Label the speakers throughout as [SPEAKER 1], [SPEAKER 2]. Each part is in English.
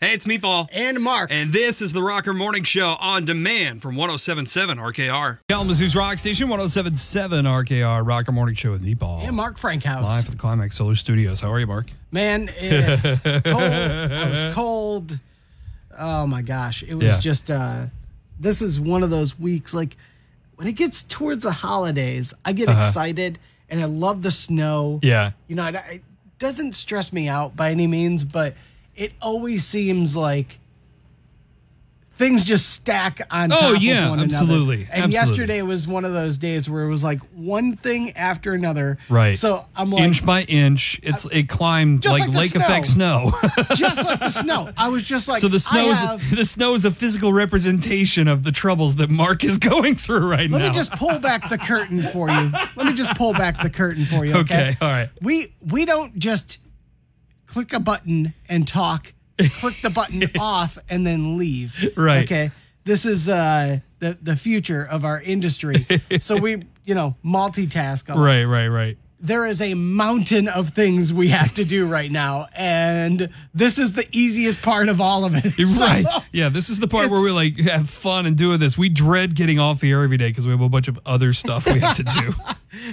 [SPEAKER 1] Hey, it's Meatball.
[SPEAKER 2] And Mark.
[SPEAKER 1] And this is the Rocker Morning Show on demand from 1077 RKR. Kalamazoo's Rock Station, 1077 RKR, Rocker Morning Show with Meatball.
[SPEAKER 2] and Mark Frankhouse.
[SPEAKER 1] Live at the Climax Solar Studios. How are you, Mark?
[SPEAKER 2] Man, eh, cold. I was cold. Oh my gosh. It was
[SPEAKER 1] Yeah.
[SPEAKER 2] just, uh, this is one of those weeks. Like when it gets towards the holidays, I get
[SPEAKER 1] Uh-huh.
[SPEAKER 2] excited and I love the snow.
[SPEAKER 1] Yeah.
[SPEAKER 2] You know, it, it doesn't stress me out by any means, but it always seems like things just stack on
[SPEAKER 1] Oh,
[SPEAKER 2] top of
[SPEAKER 1] yeah,
[SPEAKER 2] one another.
[SPEAKER 1] absolutely,
[SPEAKER 2] And
[SPEAKER 1] absolutely.
[SPEAKER 2] yesterday was one of those days where it was like one thing after another.
[SPEAKER 1] Right.
[SPEAKER 2] So I'm like,
[SPEAKER 1] inch by inch, it's it climbed
[SPEAKER 2] Just
[SPEAKER 1] like,
[SPEAKER 2] like the
[SPEAKER 1] lake
[SPEAKER 2] snow.
[SPEAKER 1] effect snow.
[SPEAKER 2] just like the snow. I was just like,
[SPEAKER 1] so the
[SPEAKER 2] I
[SPEAKER 1] snow is
[SPEAKER 2] have-
[SPEAKER 1] the snow is a physical representation of the troubles that Mark is going through right
[SPEAKER 2] let
[SPEAKER 1] now.
[SPEAKER 2] me just pull back the curtain for you. Let me just pull back the curtain for you. Okay?
[SPEAKER 1] Okay, all right.
[SPEAKER 2] We we don't just click a button and talk, click the button off and then leave.
[SPEAKER 1] Right.
[SPEAKER 2] Okay. This is uh the the future of our industry. So we, you know, multitask. a lot.
[SPEAKER 1] right, right, right.
[SPEAKER 2] There is a mountain of things we have to do right now, and this is the easiest part of all of it. So-
[SPEAKER 1] Right. Yeah, this is the part where we like have fun and doing this. We dread getting off the air every day because we have a bunch of other stuff we have to do.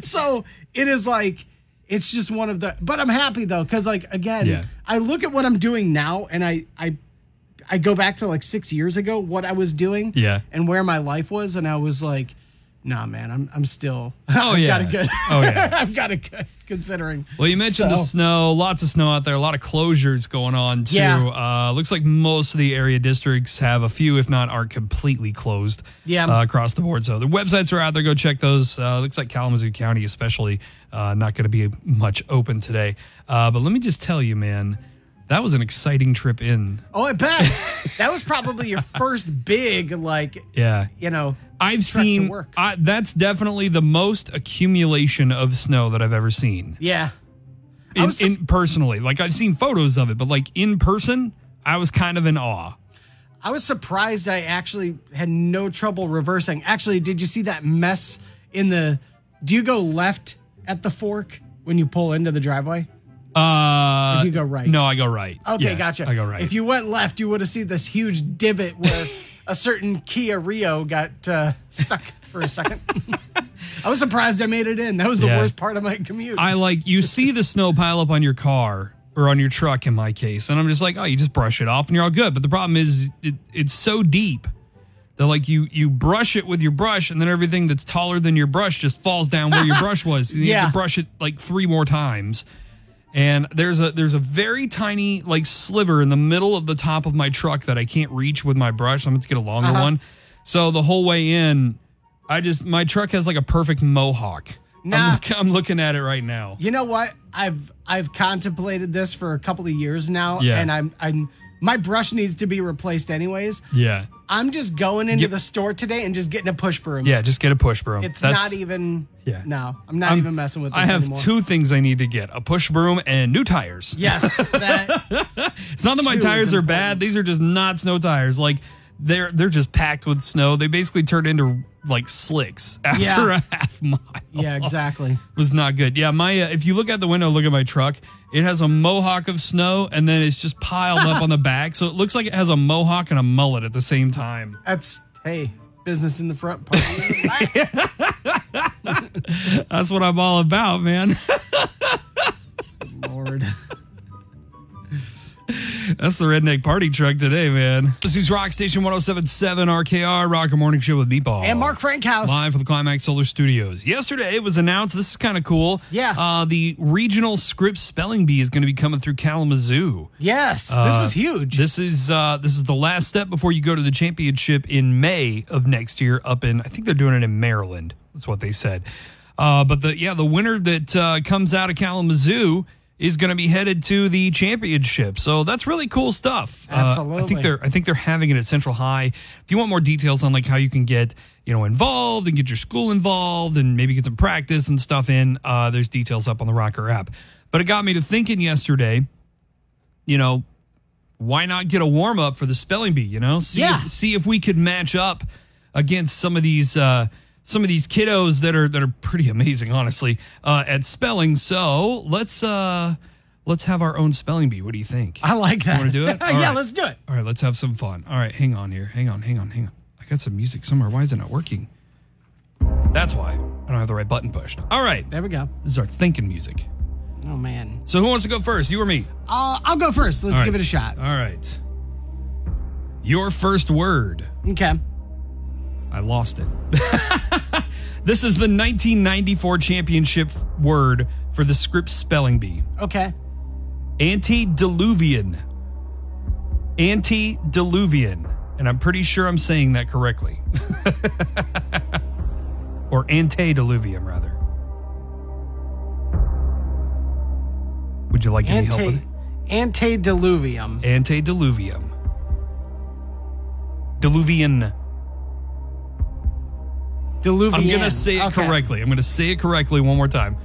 [SPEAKER 2] so it is like it's just one of the but i'm happy though because like again
[SPEAKER 1] Yeah.
[SPEAKER 2] i look at what i'm doing now and i i i go back to like six years ago what i was doing
[SPEAKER 1] Yeah.
[SPEAKER 2] and where my life was and i was like nah man i'm i'm still
[SPEAKER 1] Oh,
[SPEAKER 2] I've
[SPEAKER 1] yeah.
[SPEAKER 2] got it good
[SPEAKER 1] Oh, yeah.
[SPEAKER 2] i've got it good considering
[SPEAKER 1] Well, you mentioned the
[SPEAKER 2] So-
[SPEAKER 1] snow. Lots of snow out there. A lot of closures going on too.
[SPEAKER 2] Yeah.
[SPEAKER 1] Uh, looks like most of the area districts have a few, if not, are completely closed.
[SPEAKER 2] Yeah.
[SPEAKER 1] uh, across the board. So the websites are out there. Go check those. Uh, looks like Kalamazoo County, especially, uh, not going to be much open today. Uh, but let me just tell you, man, that was an exciting trip in.
[SPEAKER 2] oh i bet that was probably your first big like
[SPEAKER 1] Yeah.
[SPEAKER 2] you know
[SPEAKER 1] I've
[SPEAKER 2] trek to
[SPEAKER 1] seen
[SPEAKER 2] work.
[SPEAKER 1] I, that's definitely the most accumulation of snow that I've ever seen.
[SPEAKER 2] yeah I
[SPEAKER 1] In,
[SPEAKER 2] was su-
[SPEAKER 1] in personally, like I've seen photos of it, but like in person, I was kind of in awe.
[SPEAKER 2] I was surprised I actually had no trouble reversing. Actually, did you see that mess in the do you go left at the fork when you pull into the driveway?
[SPEAKER 1] Uh,
[SPEAKER 2] Did you go right?
[SPEAKER 1] No, I go right.
[SPEAKER 2] Okay,
[SPEAKER 1] Yeah,
[SPEAKER 2] gotcha.
[SPEAKER 1] I go right.
[SPEAKER 2] If you went left, you would have seen this huge divot where a certain Kia Rio got uh, stuck for a second. I was surprised I made it in. That was the
[SPEAKER 1] Yeah.
[SPEAKER 2] worst part of my commute.
[SPEAKER 1] I like you see the snow pile up on your car or on your truck in my case, and I'm just like, oh, you just brush it off and you're all good. But the problem is, it, it's so deep that like you you brush it with your brush, and then everything that's taller than your brush just falls down where your brush was. And you have
[SPEAKER 2] Yeah.
[SPEAKER 1] to brush it like three more times. And there's a there's a very tiny like sliver in the middle of the top of my truck that I can't reach with my brush. So I'm going to get a longer
[SPEAKER 2] Uh-huh.
[SPEAKER 1] one. So the whole way in, I just my truck has like a perfect mohawk. I'm,
[SPEAKER 2] Nah.
[SPEAKER 1] look, I'm looking at it right now.
[SPEAKER 2] You know what? I've I've contemplated this for a couple of years now,
[SPEAKER 1] Yeah.
[SPEAKER 2] and I'm I'm my brush needs to be replaced anyways.
[SPEAKER 1] Yeah.
[SPEAKER 2] I'm just going into
[SPEAKER 1] Yep.
[SPEAKER 2] the store today and just getting a push broom.
[SPEAKER 1] Yeah, just get a push broom.
[SPEAKER 2] It's not even.
[SPEAKER 1] Yeah.
[SPEAKER 2] No, I'm not
[SPEAKER 1] I'm-
[SPEAKER 2] even messing with. This
[SPEAKER 1] I have
[SPEAKER 2] anymore.
[SPEAKER 1] two things I need to get: a push broom and new tires.
[SPEAKER 2] Yes. That,
[SPEAKER 1] it's not that my
[SPEAKER 2] two is
[SPEAKER 1] tires are
[SPEAKER 2] important.
[SPEAKER 1] bad; these are just not snow tires. Like they're they're just packed with snow. They basically turned into like slicks after
[SPEAKER 2] Yeah.
[SPEAKER 1] a half mile.
[SPEAKER 2] yeah. Exactly.
[SPEAKER 1] It was not good. Yeah, my uh, if you look out the window, look at my truck. It has a mohawk of snow, and then it's just piled up on the back, so it looks like it has a mohawk and a mullet at the same time.
[SPEAKER 2] That's hey, business in the front part.
[SPEAKER 1] That's what I'm all about, man.
[SPEAKER 2] Lord.
[SPEAKER 1] That's the redneck party truck today, man. This is Rock Station 1077 RKR, Rocker Morning Show with Meatball.
[SPEAKER 2] And Mark Frankhouse.
[SPEAKER 1] Live for the Climax Solar Studios. Yesterday it was announced, this is kind of cool.
[SPEAKER 2] Yeah.
[SPEAKER 1] Uh, the regional script spelling bee is going to be coming through Kalamazoo.
[SPEAKER 2] Yes.
[SPEAKER 1] Uh,
[SPEAKER 2] this is huge.
[SPEAKER 1] This is uh, this is the last step before you go to the championship in May of next year. Up in I think they're doing it in Maryland. That's what they said. Uh, but the yeah, the winner that uh, comes out of Kalamazoo is going to be headed to the championship. So that's really cool stuff. Uh, I
[SPEAKER 2] Absolutely.
[SPEAKER 1] think they're I think they're having it at Central High. If you want more details on like how you can get you know involved and get your school involved and maybe get some practice and stuff in, uh, there's details up on the Rocker app. But it got me to thinking yesterday. You know, why not get a warm up for the spelling bee? You know, see
[SPEAKER 2] Yeah.
[SPEAKER 1] if, see if we could match up against some of these uh, some of these kiddos that are that are pretty amazing, honestly, uh, at spelling. So let's uh, let's have our own spelling bee. What do you think?
[SPEAKER 2] I like that.
[SPEAKER 1] wanna do it? All
[SPEAKER 2] yeah,
[SPEAKER 1] right.
[SPEAKER 2] let's do it.
[SPEAKER 1] All right, let's have some fun. All right, hang on here. Hang on, hang on, hang on. I got some music somewhere. Why is it not working? That's why I don't have the right button pushed. All right,
[SPEAKER 2] There we go.
[SPEAKER 1] this is our thinking music.
[SPEAKER 2] Oh man,
[SPEAKER 1] So who wants to go first? You or me?
[SPEAKER 2] I'll, I'll go first. Let's
[SPEAKER 1] All right.
[SPEAKER 2] give it a shot.
[SPEAKER 1] All right. Your first word.
[SPEAKER 2] Okay.
[SPEAKER 1] I lost it. this is the 1994 championship word for the script spelling bee.
[SPEAKER 2] Okay.
[SPEAKER 1] Antediluvian. Antediluvian. And I'm pretty sure I'm saying that correctly. or antediluvium, rather. Would you like any help
[SPEAKER 2] Ante
[SPEAKER 1] with it?
[SPEAKER 2] antediluvium.
[SPEAKER 1] Antediluvium. Diluvian.
[SPEAKER 2] Diluvian.
[SPEAKER 1] I'm going to say it
[SPEAKER 2] Okay.
[SPEAKER 1] correctly. I'm going to say it correctly one more time.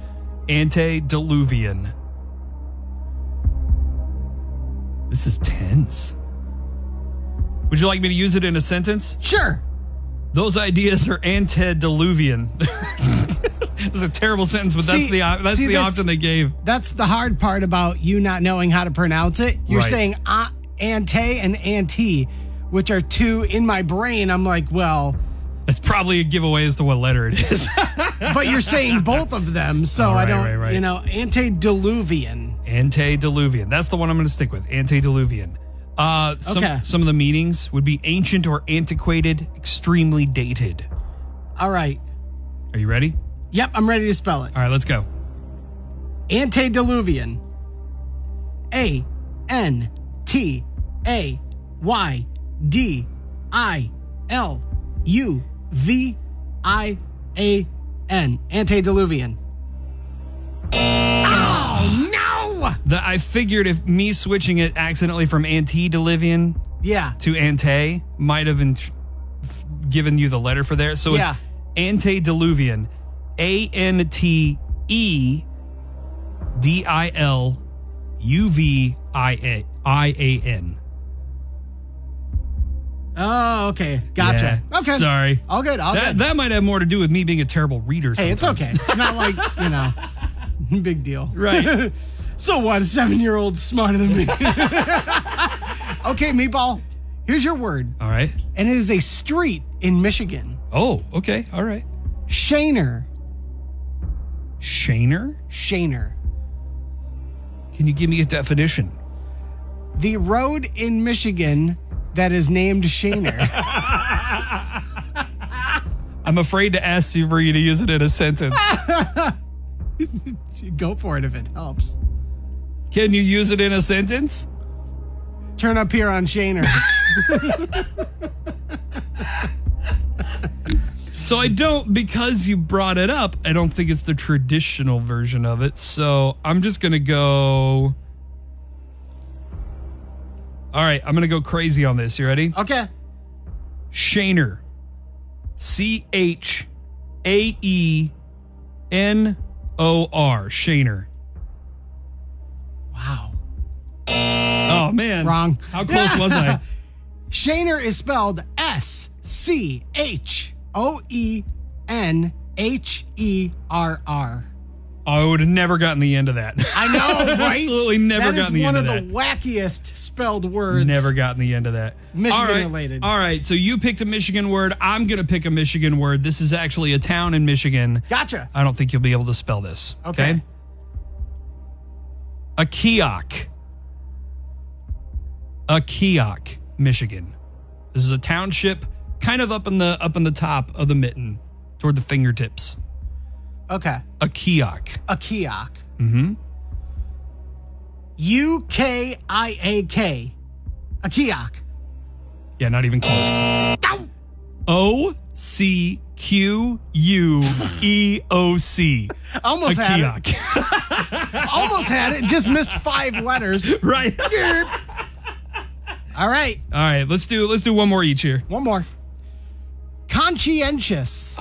[SPEAKER 1] Antediluvian. This is tense. Would you like me to use it in a sentence?
[SPEAKER 2] Sure.
[SPEAKER 1] Those ideas are antediluvian. this is a terrible sentence, but
[SPEAKER 2] See-
[SPEAKER 1] that's the op- that's
[SPEAKER 2] see
[SPEAKER 1] the
[SPEAKER 2] this-
[SPEAKER 1] option they gave.
[SPEAKER 2] That's the hard part about you not knowing how to pronounce it. You're
[SPEAKER 1] Right.
[SPEAKER 2] saying uh, ante and ante, which are two in my brain. I'm like, well,
[SPEAKER 1] That's probably a giveaway as to what letter it is.
[SPEAKER 2] but you're saying both of them, so
[SPEAKER 1] Oh,
[SPEAKER 2] I
[SPEAKER 1] right,
[SPEAKER 2] don't,
[SPEAKER 1] right, right.
[SPEAKER 2] you know, antediluvian.
[SPEAKER 1] Antediluvian. That's the one I'm going to stick with. Antediluvian. Uh, some,
[SPEAKER 2] Okay.
[SPEAKER 1] some of the meanings would be ancient or antiquated, extremely dated.
[SPEAKER 2] All right.
[SPEAKER 1] Are you ready?
[SPEAKER 2] Yep, I'm ready to spell it.
[SPEAKER 1] All right, let's go.
[SPEAKER 2] Antediluvian. A N T A Y D I L U V I A N. Antediluvian. Oh, no!
[SPEAKER 1] The, I figured if me switching it accidentally from antediluvian
[SPEAKER 2] Yeah.
[SPEAKER 1] to ante might have int- f- given you the letter for there. So
[SPEAKER 2] Yeah.
[SPEAKER 1] it's antediluvian, A N T E D I L U V I A I A N.
[SPEAKER 2] Oh, okay. Gotcha.
[SPEAKER 1] Yeah,
[SPEAKER 2] Okay.
[SPEAKER 1] Sorry.
[SPEAKER 2] All good. All
[SPEAKER 1] That,
[SPEAKER 2] good.
[SPEAKER 1] that might have more to do with me being a terrible reader.
[SPEAKER 2] hey, it's
[SPEAKER 1] sometimes.
[SPEAKER 2] okay. It's not like, you know, big deal.
[SPEAKER 1] Right.
[SPEAKER 2] So what? A seven year old smarter than me. okay, Meatball, here's your word.
[SPEAKER 1] All right.
[SPEAKER 2] And it is a street in Michigan.
[SPEAKER 1] Oh, okay. All right.
[SPEAKER 2] Shaner.
[SPEAKER 1] Shaner?
[SPEAKER 2] Shaner.
[SPEAKER 1] Can you give me a definition?
[SPEAKER 2] The road in Michigan that is named Shaner.
[SPEAKER 1] I'm afraid to ask you for you to use it in a sentence.
[SPEAKER 2] Ah! Go for it if it helps.
[SPEAKER 1] Can you use it in a sentence?
[SPEAKER 2] Turn up here on Shaner.
[SPEAKER 1] So I don't, because you brought it up, I don't think it's the traditional version of it. So I'm just going to go. All right, I'm going to go crazy on this. You ready?
[SPEAKER 2] Okay.
[SPEAKER 1] Shaner. C H A E N O R. Shaner.
[SPEAKER 2] Wow.
[SPEAKER 1] Oh, man.
[SPEAKER 2] Wrong.
[SPEAKER 1] How close was I? Oh,
[SPEAKER 2] Shaner is spelled S C H O E N H E R R.
[SPEAKER 1] I would have never gotten the end of that.
[SPEAKER 2] I know, right?
[SPEAKER 1] Absolutely never
[SPEAKER 2] That is
[SPEAKER 1] gotten the
[SPEAKER 2] one
[SPEAKER 1] end of that.
[SPEAKER 2] of the wackiest spelled words.
[SPEAKER 1] Never gotten the end of that.
[SPEAKER 2] Michigan
[SPEAKER 1] All right.
[SPEAKER 2] related.
[SPEAKER 1] All right. So you picked a Michigan word. I'm going to pick a Michigan word. This is actually a town in Michigan.
[SPEAKER 2] Gotcha.
[SPEAKER 1] I don't think you'll be able to spell this.
[SPEAKER 2] Okay.
[SPEAKER 1] A Keok. A Keok, Michigan. This is a township kind of up in the up in the top of the mitten toward the fingertips.
[SPEAKER 2] Okay.
[SPEAKER 1] A Keok.
[SPEAKER 2] A kiak.
[SPEAKER 1] Mhm.
[SPEAKER 2] U K I A K. A kiak.
[SPEAKER 1] Yeah, not even close. O C Q U E O C. A
[SPEAKER 2] Almost had it.
[SPEAKER 1] Keok.
[SPEAKER 2] Almost had it. Just missed five letters.
[SPEAKER 1] right.
[SPEAKER 2] All right.
[SPEAKER 1] All right, let's do let's do one more each here.
[SPEAKER 2] One more. Conscientious.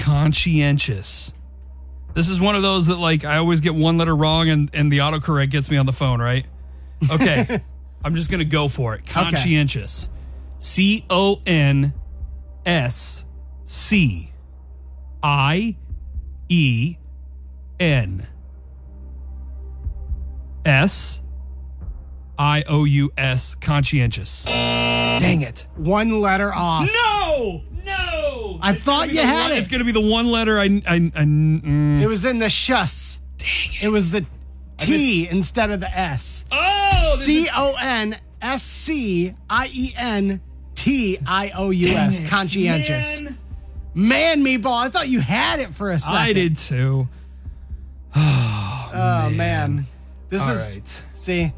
[SPEAKER 1] conscientious. This is one of those that like I always get one letter wrong and, and the autocorrect gets me on the phone, right? Okay. I'm just gonna go for it. Conscientious. C O N S C I E N S I O U S conscientious. Dang it.
[SPEAKER 2] One letter off.
[SPEAKER 1] No! No!
[SPEAKER 2] I
[SPEAKER 1] It's
[SPEAKER 2] thought
[SPEAKER 1] gonna be
[SPEAKER 2] you
[SPEAKER 1] the
[SPEAKER 2] had
[SPEAKER 1] one-
[SPEAKER 2] it.
[SPEAKER 1] It's going to be the one letter I. I, I- mm.
[SPEAKER 2] It was in the shus. Dang it. It was the T instead of the S.
[SPEAKER 1] Oh! there's a-
[SPEAKER 2] C O N S C I E N T I O U
[SPEAKER 1] Dang
[SPEAKER 2] S.
[SPEAKER 1] it,
[SPEAKER 2] Conscientious.
[SPEAKER 1] man.
[SPEAKER 2] Man, me ball. I thought you had it for a second.
[SPEAKER 1] I did too.
[SPEAKER 2] Oh man, this
[SPEAKER 1] All
[SPEAKER 2] is
[SPEAKER 1] right.
[SPEAKER 2] see.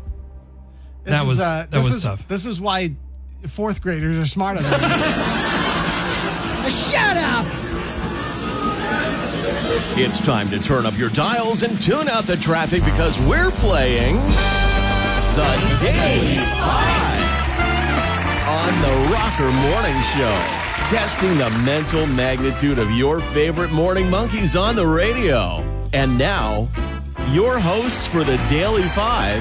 [SPEAKER 2] This
[SPEAKER 1] That was-
[SPEAKER 2] is, uh,
[SPEAKER 1] that
[SPEAKER 2] this
[SPEAKER 1] was
[SPEAKER 2] is,
[SPEAKER 1] tough.
[SPEAKER 2] This is why fourth graders are smarter than us. Shut up.
[SPEAKER 3] It's time to turn up your dials and tune out the traffic because we're playing the Day Five on the Rocker Morning Show. Testing the mental magnitude of your favorite morning monkeys on the radio. And now, your hosts for the Daily Five,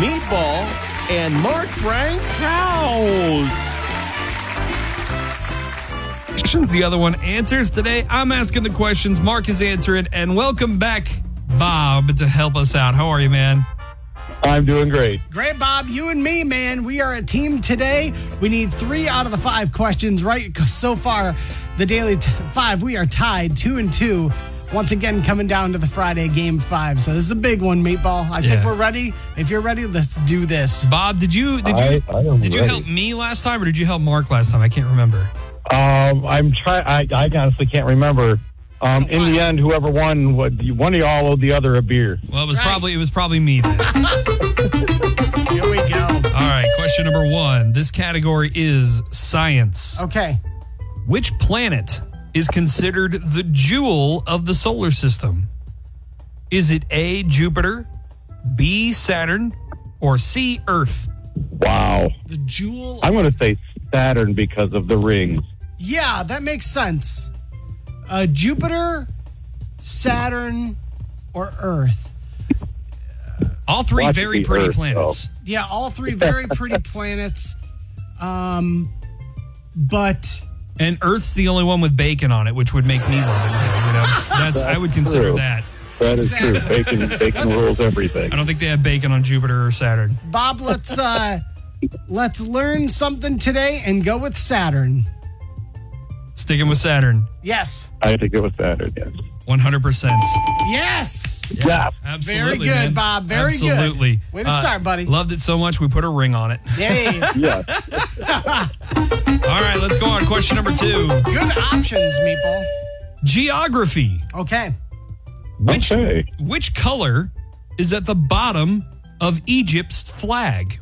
[SPEAKER 3] Meatball and Mark Frank House.
[SPEAKER 1] questions, the other one answers. Today, I'm asking the questions, Mark is answering, and welcome back, Bob, to help us out. How are you, man?
[SPEAKER 4] I'm doing great.
[SPEAKER 2] Great, Bob. You and me, man. We are a team today. We need three out of the five questions right 'cause so far. The daily t- five, we are tied two and two. Once again, coming down to the Friday game five. So this is a big one, Meatball. I think
[SPEAKER 1] Yeah.
[SPEAKER 2] we're ready. If you're ready, let's do this.
[SPEAKER 1] Bob, did you did you
[SPEAKER 4] I- I am
[SPEAKER 1] did you
[SPEAKER 4] ready.
[SPEAKER 1] help me last time or did you help Mark last time? I can't remember.
[SPEAKER 4] Um, I'm try. I, I honestly can't remember. Um, in the end, whoever won, what one of y'all owed the other a beer.
[SPEAKER 1] Well, it was
[SPEAKER 2] Right.
[SPEAKER 1] probably it was probably me. Then.
[SPEAKER 2] Here we go.
[SPEAKER 1] All right, question number one. This category is science.
[SPEAKER 2] Okay.
[SPEAKER 1] Which planet is considered the jewel of the solar system? Is it A. Jupiter, B. Saturn, or C. Earth?
[SPEAKER 4] Wow.
[SPEAKER 2] The jewel.
[SPEAKER 4] I'm going to say Saturn because of the rings.
[SPEAKER 2] yeah, that makes sense. Uh, Jupiter, Saturn, or Earth.
[SPEAKER 1] All three
[SPEAKER 4] Well, I think
[SPEAKER 1] very
[SPEAKER 4] the
[SPEAKER 1] pretty
[SPEAKER 4] Earth,
[SPEAKER 1] planets.
[SPEAKER 2] Yeah, all three very pretty planets. Um, but
[SPEAKER 1] And Earth's the only one with bacon on it, which would make me love it. more, You know, that's I would consider
[SPEAKER 4] true.
[SPEAKER 1] that.
[SPEAKER 4] That is true.
[SPEAKER 2] Saturn.
[SPEAKER 4] Bacon, bacon rules everything.
[SPEAKER 1] I don't think they have bacon on Jupiter or Saturn.
[SPEAKER 2] Bob, let's uh, let's learn something today and go with Saturn.
[SPEAKER 1] Sticking with Saturn,
[SPEAKER 2] Yes,
[SPEAKER 4] I think it was Saturn. Yes.
[SPEAKER 1] one hundred percent.
[SPEAKER 2] yes.
[SPEAKER 4] Yeah.
[SPEAKER 1] Absolutely, man.
[SPEAKER 2] good, Bob. Very good.
[SPEAKER 1] Absolutely. Uh,
[SPEAKER 2] Way to start, buddy.
[SPEAKER 1] Loved it so much we put a ring on it.
[SPEAKER 2] Yay!
[SPEAKER 4] Yes.
[SPEAKER 1] All right, let's go on. Question number two:
[SPEAKER 2] Good options, Meatball.
[SPEAKER 1] Geography.
[SPEAKER 2] Okay,
[SPEAKER 1] Which
[SPEAKER 4] Okay.
[SPEAKER 1] which color is at the bottom of Egypt's flag?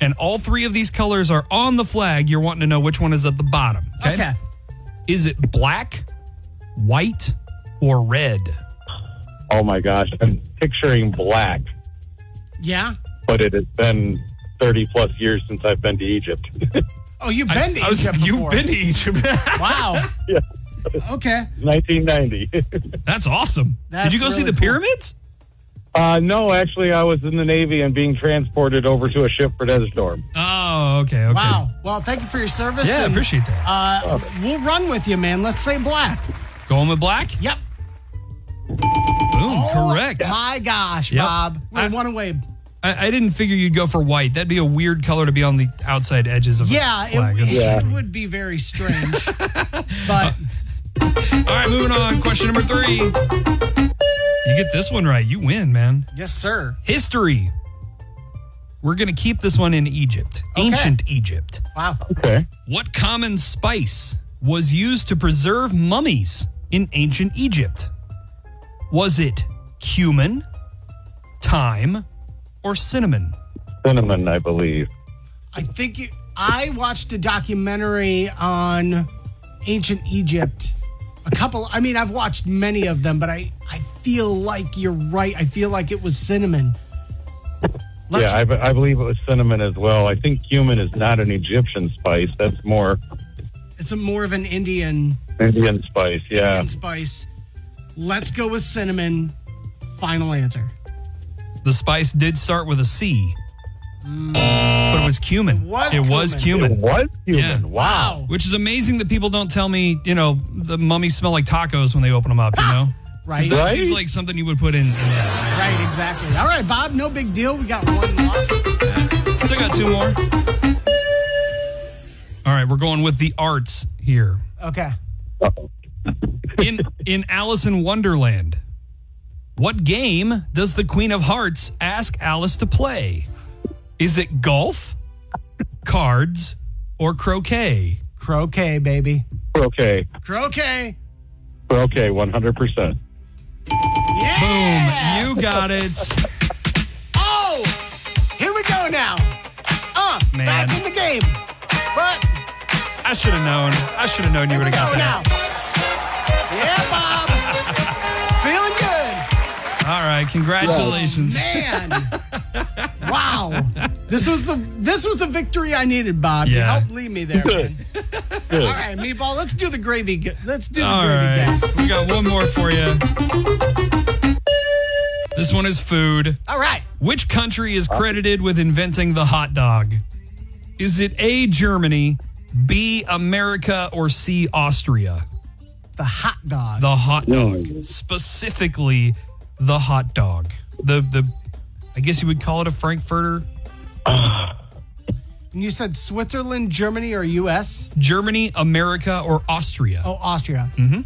[SPEAKER 1] And all three of these colors are on the flag. You're wanting to know which one is at the bottom.
[SPEAKER 2] okay.
[SPEAKER 1] Is it black, white, or red?
[SPEAKER 4] Oh my gosh. I'm picturing black,
[SPEAKER 2] Yeah.
[SPEAKER 4] but it has been 30 plus years since I've been to Egypt.
[SPEAKER 2] Oh, you've been to
[SPEAKER 1] I was-
[SPEAKER 2] Egypt
[SPEAKER 1] you've
[SPEAKER 2] before.
[SPEAKER 1] been to Egypt.
[SPEAKER 2] Wow.
[SPEAKER 4] Yeah.
[SPEAKER 2] Okay.
[SPEAKER 4] 1990.
[SPEAKER 1] That's awesome.
[SPEAKER 2] That's
[SPEAKER 1] Did you go see
[SPEAKER 2] really
[SPEAKER 1] the
[SPEAKER 2] cool.
[SPEAKER 1] pyramids?
[SPEAKER 4] Uh, no, actually, I was in the Navy and being transported over to a ship for Desert Storm.
[SPEAKER 1] Oh, okay, okay.
[SPEAKER 2] Wow. Well, thank you for your service.
[SPEAKER 1] Yeah, I
[SPEAKER 2] and,
[SPEAKER 1] appreciate that.
[SPEAKER 2] Uh, we'll run with you, man. Let's say black.
[SPEAKER 1] Going with black?
[SPEAKER 2] Yep.
[SPEAKER 1] Boom,
[SPEAKER 2] Oh,
[SPEAKER 1] correct.
[SPEAKER 2] My gosh,
[SPEAKER 1] Yep.
[SPEAKER 2] Bob. We're
[SPEAKER 1] I-
[SPEAKER 2] one away.
[SPEAKER 1] I, I didn't figure you'd go for white. That'd be a weird color to be on the outside edges of
[SPEAKER 2] Yeah,
[SPEAKER 1] a
[SPEAKER 2] it,
[SPEAKER 1] flag.
[SPEAKER 2] it,
[SPEAKER 1] That's-
[SPEAKER 4] Yeah.
[SPEAKER 2] would be very strange. but
[SPEAKER 1] All right, moving on. Question number three. You get this one right, you win, man.
[SPEAKER 2] yes, sir.
[SPEAKER 1] History. We're going to keep this one in Egypt,
[SPEAKER 2] Okay.
[SPEAKER 1] ancient Egypt.
[SPEAKER 2] Wow.
[SPEAKER 4] Okay.
[SPEAKER 1] What common spice was used to preserve mummies in ancient Egypt? Was it cumin, thyme, or cinnamon?
[SPEAKER 4] Cinnamon, I believe.
[SPEAKER 2] I think you. I watched a documentary on ancient Egypt. A couple. I mean, I've watched many of them, but I I feel like you're right. I feel like it was cinnamon. Let's,
[SPEAKER 4] yeah, I, be- I believe it was cinnamon as well. I think cumin is not an Egyptian spice. That's more
[SPEAKER 2] it's a more of an Indian
[SPEAKER 4] Indian spice. Yeah.
[SPEAKER 2] spice. Let's go with cinnamon. Final answer.
[SPEAKER 1] The spice did start with a C, but it was cumin.
[SPEAKER 2] was
[SPEAKER 1] it was
[SPEAKER 2] cumin.
[SPEAKER 1] cumin.
[SPEAKER 4] It was
[SPEAKER 1] Yeah.
[SPEAKER 4] cumin. Wow.
[SPEAKER 2] Wow.
[SPEAKER 1] Which is amazing that people don't tell me, you know, the mummies smell like tacos when they open them up, you know?
[SPEAKER 2] Right.
[SPEAKER 1] That
[SPEAKER 4] Right?
[SPEAKER 1] seems like something you would put in. in that.
[SPEAKER 2] Right. exactly. All right, Bob, no big deal. We got one loss.
[SPEAKER 1] Still got two more. All right, we're going with the arts here.
[SPEAKER 2] Okay.
[SPEAKER 1] In in Alice in Wonderland, what game does the Queen of Hearts ask Alice to play? Is it golf, cards, or croquet?
[SPEAKER 2] Croquet, baby.
[SPEAKER 4] Okay.
[SPEAKER 2] Croquet.
[SPEAKER 4] Okay, 100%.
[SPEAKER 2] Yeah.
[SPEAKER 1] You got it.
[SPEAKER 2] Oh, here we go now. Uh,
[SPEAKER 1] Man.
[SPEAKER 2] back in the game. But
[SPEAKER 1] I should have known. I should have known you would
[SPEAKER 2] we
[SPEAKER 1] have
[SPEAKER 2] go
[SPEAKER 1] got
[SPEAKER 2] now.
[SPEAKER 1] that.
[SPEAKER 2] Yeah, Bob. Feeling good.
[SPEAKER 1] All right, congratulations.
[SPEAKER 2] Man. wow. This was the this was the victory I needed, Bob. You
[SPEAKER 1] Yeah.
[SPEAKER 2] helped lead me there.
[SPEAKER 4] Good.
[SPEAKER 2] Man.
[SPEAKER 4] Good.
[SPEAKER 2] All right, meatball. Let's do the gravy. gu- Let's do the
[SPEAKER 1] All
[SPEAKER 2] gravy
[SPEAKER 1] right,
[SPEAKER 2] guess.
[SPEAKER 1] we got one more for you. This one is food.
[SPEAKER 2] All right.
[SPEAKER 1] Which country is credited with inventing the hot dog? Is it A, Germany, B, America, or C, Austria?
[SPEAKER 2] The hot dog.
[SPEAKER 1] The hot dog. Specifically, the hot dog. The, the, I guess you would call it a Frankfurter.
[SPEAKER 2] and you said Switzerland, Germany, or U.S.
[SPEAKER 1] Germany, America, or Austria?
[SPEAKER 2] Oh, Austria. Mm-hmm.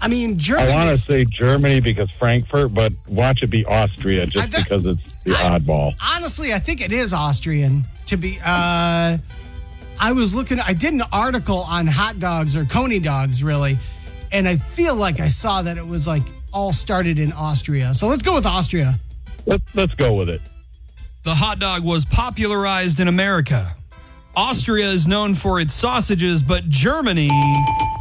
[SPEAKER 2] I mean, Germany.
[SPEAKER 4] I want to
[SPEAKER 2] is-
[SPEAKER 4] say Germany because Frankfurt, but watch it be Austria
[SPEAKER 2] I
[SPEAKER 4] just
[SPEAKER 2] thought-
[SPEAKER 4] because it's the oddball.
[SPEAKER 2] honestly, I think it is Austrian. To be, uh, I was looking. I did an article on hot dogs or coney dogs, really, and I feel like I saw that it was like all started in Austria. So let's go with Austria.
[SPEAKER 4] Let's let's go with it.
[SPEAKER 1] The hot dog was popularized in America. Austria is known for its sausages, but Germany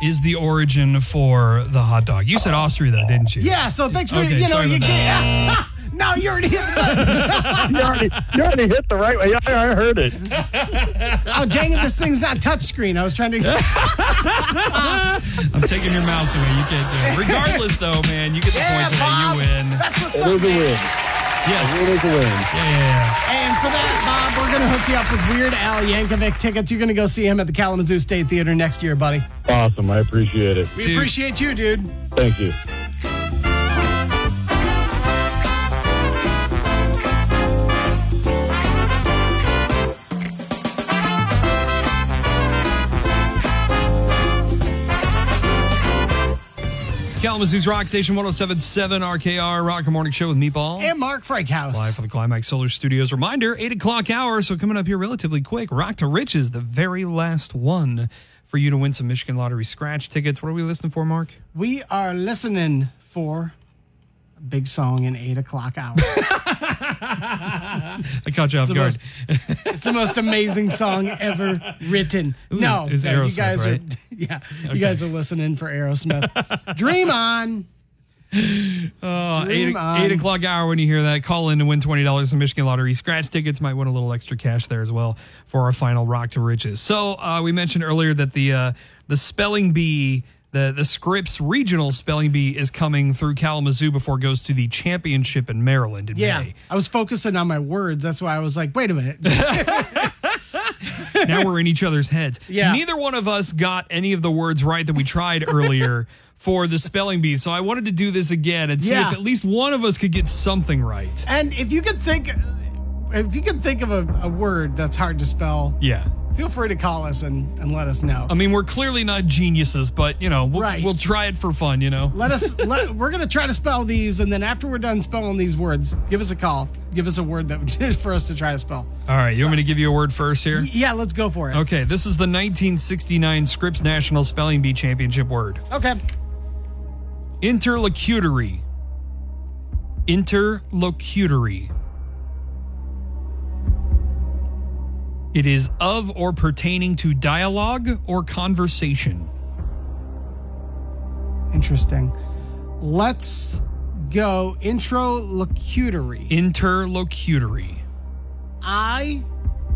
[SPEAKER 1] is the origin for the hot dog. You said Austria, though, didn't you?
[SPEAKER 2] Yeah. So thanks for
[SPEAKER 1] Okay,
[SPEAKER 2] you know
[SPEAKER 1] sorry
[SPEAKER 2] you
[SPEAKER 1] about
[SPEAKER 2] can't. no, you already hit the button.
[SPEAKER 4] You already, you already hit the right way. Yeah, I heard it.
[SPEAKER 2] Oh dang it! This thing's not touchscreen. I was trying to.
[SPEAKER 1] I'm taking your mouse away. You can't do it. Regardless, though, man, you get the
[SPEAKER 2] Yeah,
[SPEAKER 1] points today.
[SPEAKER 2] Bob.
[SPEAKER 1] You win.
[SPEAKER 2] That's what's
[SPEAKER 4] It
[SPEAKER 2] up.
[SPEAKER 4] is a
[SPEAKER 2] man.
[SPEAKER 4] win. It
[SPEAKER 1] Yes.
[SPEAKER 4] is a win.
[SPEAKER 1] Yeah, yeah,
[SPEAKER 2] And for that, Bob, we're gonna hook you up with Weird Al Yankovic tickets. You're gonna go see him at the Kalamazoo State Theater next year, buddy.
[SPEAKER 4] Awesome. I appreciate it.
[SPEAKER 2] We
[SPEAKER 1] Dude.
[SPEAKER 2] appreciate you, dude.
[SPEAKER 4] Thank you.
[SPEAKER 1] yeah. Kalamazoo's Rock Station 1077 RKR Rock and Morning Show with Meatball.
[SPEAKER 2] And Mark Frankhouse.
[SPEAKER 1] Live for the Climax Solar Studios. Reminder, 8 o'clock hour, so coming up here relatively quick. Rock to Riches, the very last one for you to win some Michigan Lottery scratch tickets. What are we listening for, Mark?
[SPEAKER 2] We are listening for a big song in eight o'clock hour.
[SPEAKER 1] I caught you off
[SPEAKER 2] the
[SPEAKER 1] guard.
[SPEAKER 2] most- it's the most amazing song ever written. no,
[SPEAKER 1] it's
[SPEAKER 2] no,
[SPEAKER 1] Aerosmith,
[SPEAKER 2] you guys
[SPEAKER 1] right?
[SPEAKER 2] are yeah, you guys are listening for Aerosmith. Dream on.
[SPEAKER 1] Uh, eight,
[SPEAKER 2] Dream on.
[SPEAKER 1] eight o'clock hour when you hear that. Call in to win twenty dollars in Michigan Lottery scratch tickets. Might win a little extra cash there as well for our final Rock to Riches. So uh, we mentioned earlier that the uh, the spelling bee. The, the Scripps Regional Spelling Bee is coming through Kalamazoo before it goes to the championship in Maryland in
[SPEAKER 2] Yeah,
[SPEAKER 1] May.
[SPEAKER 2] I was focusing on my words. That's why I was like, wait a minute.
[SPEAKER 1] now we're in each other's heads.
[SPEAKER 2] Yeah.
[SPEAKER 1] Neither one of us got any of the words right that we tried earlier for the spelling bee. So I wanted to do this again and see
[SPEAKER 2] Yeah.
[SPEAKER 1] if at least one of us could get something right.
[SPEAKER 2] And if you could think, if you could think of a, a word that's hard to spell,
[SPEAKER 1] Yeah.
[SPEAKER 2] feel free to call us and, and let us know.
[SPEAKER 1] I mean, we're clearly not geniuses, but you know, we'll,
[SPEAKER 2] Right.
[SPEAKER 1] we'll try it for fun, you know.
[SPEAKER 2] let us let, we're gonna try to spell these and then after we're done spelling these words give us a call give us a word that for us to try to spell
[SPEAKER 1] All right, you want me to give you a word first here?
[SPEAKER 2] yeah let's go for it
[SPEAKER 1] Okay, this is the 1969 Scripps National Spelling Bee Championship word.
[SPEAKER 2] okay,
[SPEAKER 1] Interlocutory. Interlocutory. It is of or pertaining to dialogue or conversation.
[SPEAKER 2] interesting let's go introlocutory
[SPEAKER 1] Interlocutory.
[SPEAKER 2] i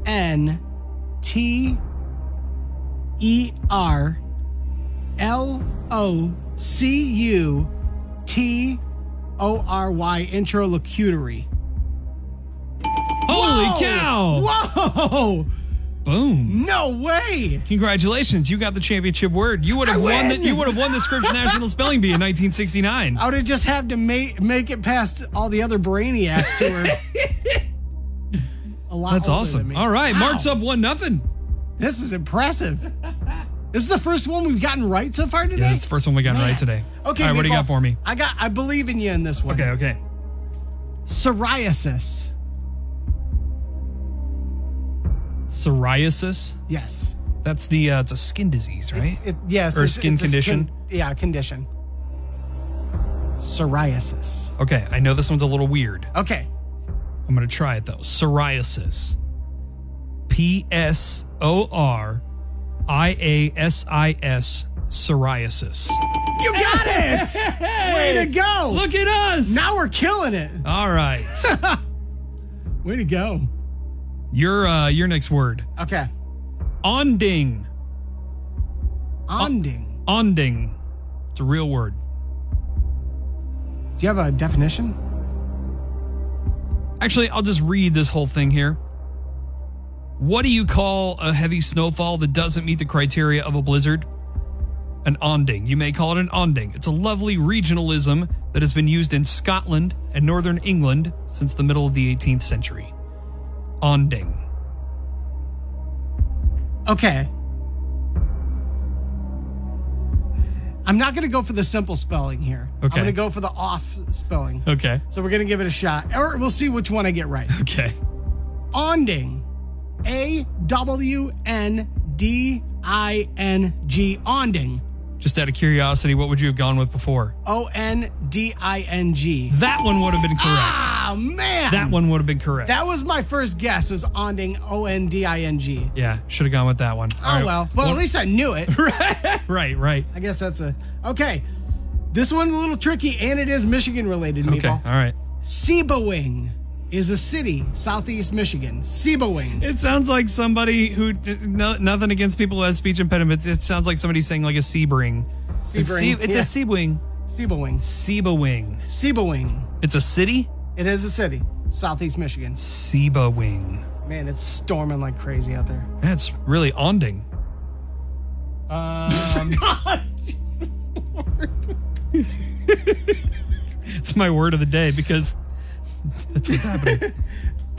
[SPEAKER 2] n t e r l o c u t o r y introlocutory
[SPEAKER 1] Holy cow!
[SPEAKER 2] Whoa!
[SPEAKER 1] Boom.
[SPEAKER 2] No way.
[SPEAKER 1] Congratulations, you got the championship word. You would have
[SPEAKER 2] I
[SPEAKER 1] won the,
[SPEAKER 2] win. Oh,
[SPEAKER 1] you would have won the Scripps National Spelling Bee in 1969.
[SPEAKER 2] I would have just had to make make it past all the other brainiacs who were a lot.
[SPEAKER 1] That's
[SPEAKER 2] older
[SPEAKER 1] awesome.
[SPEAKER 2] than me.
[SPEAKER 1] All right,
[SPEAKER 2] Wow.
[SPEAKER 1] Mark's up one nothing.
[SPEAKER 2] This is impressive. This is the first one we've gotten right so far today.
[SPEAKER 1] Yeah, that's the first one we got
[SPEAKER 2] Man.
[SPEAKER 1] right today.
[SPEAKER 2] Okay,
[SPEAKER 1] All right, what do you
[SPEAKER 2] meatball,
[SPEAKER 1] got for me?
[SPEAKER 2] I got. I believe in you in this one.
[SPEAKER 1] Okay, okay.
[SPEAKER 2] Psoriasis.
[SPEAKER 1] Psoriasis.
[SPEAKER 2] Yes.
[SPEAKER 1] That's the uh, it's a skin disease, right?
[SPEAKER 2] It, yes.
[SPEAKER 1] Or skin
[SPEAKER 2] a
[SPEAKER 1] condition?
[SPEAKER 2] yeah, condition. Psoriasis.
[SPEAKER 1] okay, I know this one's a little weird.
[SPEAKER 2] Okay.
[SPEAKER 1] I'm gonna try it though. Psoriasis. P S O R I A S I S psoriasis.
[SPEAKER 2] You got it. Way to go.
[SPEAKER 1] Look at us.
[SPEAKER 2] Now we're killing it.
[SPEAKER 1] All right.
[SPEAKER 2] Way to go.
[SPEAKER 1] your uh your next word.
[SPEAKER 2] Okay.
[SPEAKER 1] Onding.
[SPEAKER 2] Onding.
[SPEAKER 1] Onding. It's a real word.
[SPEAKER 2] Do you have a definition?
[SPEAKER 1] Actually, I'll just read this whole thing here. What do you call a heavy snowfall that doesn't meet the criteria of a blizzard? An onding. You may call it an onding. It's a lovely regionalism that has been used in Scotland and northern England since the middle of the 18th century. Onding.
[SPEAKER 2] Okay. I'm not going to go for the simple spelling here. I'm
[SPEAKER 1] Okay.
[SPEAKER 2] going to go for the off spelling.
[SPEAKER 1] Okay.
[SPEAKER 2] So we're going to give it a shot. Or we'll see which one I get right.
[SPEAKER 1] Okay.
[SPEAKER 2] Onding. A W N D I N G. Onding.
[SPEAKER 1] Just out of curiosity, what would you have gone with before?
[SPEAKER 2] O N D I N G.
[SPEAKER 1] That one would have been correct.
[SPEAKER 2] Ah, man.
[SPEAKER 1] That one would have been correct.
[SPEAKER 2] That was my first guess was onding, O N D I N G.
[SPEAKER 1] yeah, should have gone with that one.
[SPEAKER 2] Oh, well. Well, at least I knew it.
[SPEAKER 1] Right, right.
[SPEAKER 2] I guess that's a. Okay. This one's a little tricky, and it is Michigan related,
[SPEAKER 1] Okay, all
[SPEAKER 2] meatball.
[SPEAKER 1] right.
[SPEAKER 2] Sebowing is a city, southeast Michigan. Sebowing.
[SPEAKER 1] It sounds like somebody who no, nothing against people who have speech impediments. It sounds like somebody saying like a Sebring. It's,
[SPEAKER 2] Sebring,
[SPEAKER 1] sea, it's
[SPEAKER 2] yeah.
[SPEAKER 1] a Sebring.
[SPEAKER 2] Sebowing.
[SPEAKER 1] Sebawing.
[SPEAKER 2] Sebowing.
[SPEAKER 1] It's a city.
[SPEAKER 2] It is a city, southeast Michigan.
[SPEAKER 1] Sebawing.
[SPEAKER 2] Man, it's storming like crazy out there.
[SPEAKER 1] That's really onding. Um,
[SPEAKER 2] God, Jesus Lord.
[SPEAKER 1] it's my word of the day because that's what's happening.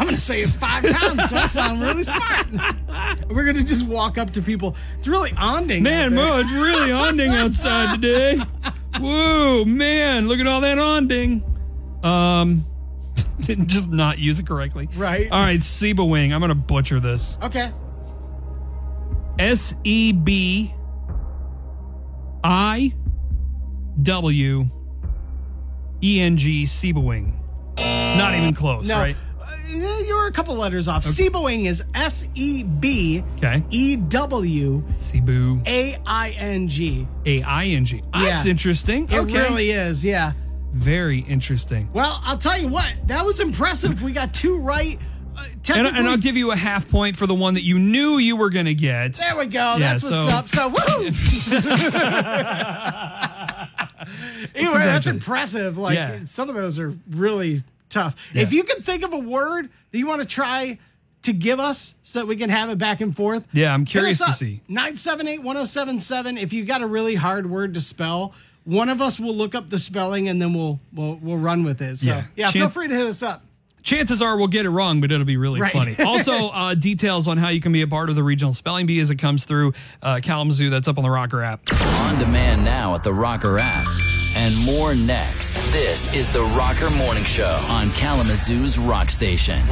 [SPEAKER 2] I'm going to say it five times, so I sound really smart. We're going to just walk up to people. It's really onding. out
[SPEAKER 1] Man,
[SPEAKER 2] there.
[SPEAKER 1] whoa, it's really onding outside today. Whoa, man, look at all that onding. Um, didn't just not use it correctly.
[SPEAKER 2] Right.
[SPEAKER 1] All right, Sebawing. I'm gonna butcher this.
[SPEAKER 2] Okay.
[SPEAKER 1] S E B I W E N G Sebowing. Not even close,
[SPEAKER 2] No.
[SPEAKER 1] right?
[SPEAKER 2] Uh, you were a couple letters off. Sebowing is S E B
[SPEAKER 1] Okay.
[SPEAKER 2] E W
[SPEAKER 1] Cebu.
[SPEAKER 2] A I N G.
[SPEAKER 1] A I N G. That's
[SPEAKER 2] Yeah.
[SPEAKER 1] interesting.
[SPEAKER 2] It
[SPEAKER 1] okay.
[SPEAKER 2] really is, yeah.
[SPEAKER 1] Very interesting.
[SPEAKER 2] Well, I'll tell you what, that was impressive. We got two right. Uh,
[SPEAKER 1] And,
[SPEAKER 2] technically,
[SPEAKER 1] and I'll give you a half point for the one that you knew you were going to get.
[SPEAKER 2] there we go. That's
[SPEAKER 1] Yeah,
[SPEAKER 2] what's
[SPEAKER 1] so-
[SPEAKER 2] up. So, woo! anyway, that's
[SPEAKER 1] Congratulations.
[SPEAKER 2] impressive. Like,
[SPEAKER 1] Yeah.
[SPEAKER 2] some of those are really tough. If you can think of a word that you want to try to give us so that we can have it back and forth.
[SPEAKER 1] Yeah, I'm
[SPEAKER 2] Hit us
[SPEAKER 1] curious to
[SPEAKER 2] up.
[SPEAKER 1] see.
[SPEAKER 2] 978 1077. If you got a really hard word to spell, one of us will look up the spelling and then we'll we'll, we'll run with it. So,
[SPEAKER 1] Yeah.
[SPEAKER 2] yeah, feel
[SPEAKER 1] Chance-
[SPEAKER 2] free to hit us up.
[SPEAKER 1] chances are we'll get it wrong, but it'll be really
[SPEAKER 2] Right.
[SPEAKER 1] funny. Also, uh, details on how you can be a part of the regional spelling bee as it comes through uh, Kalamazoo. That's up on the Rocker app.
[SPEAKER 5] On demand now at the Rocker app. And more next. This is the Rocker Morning Show on Kalamazoo's Rock Station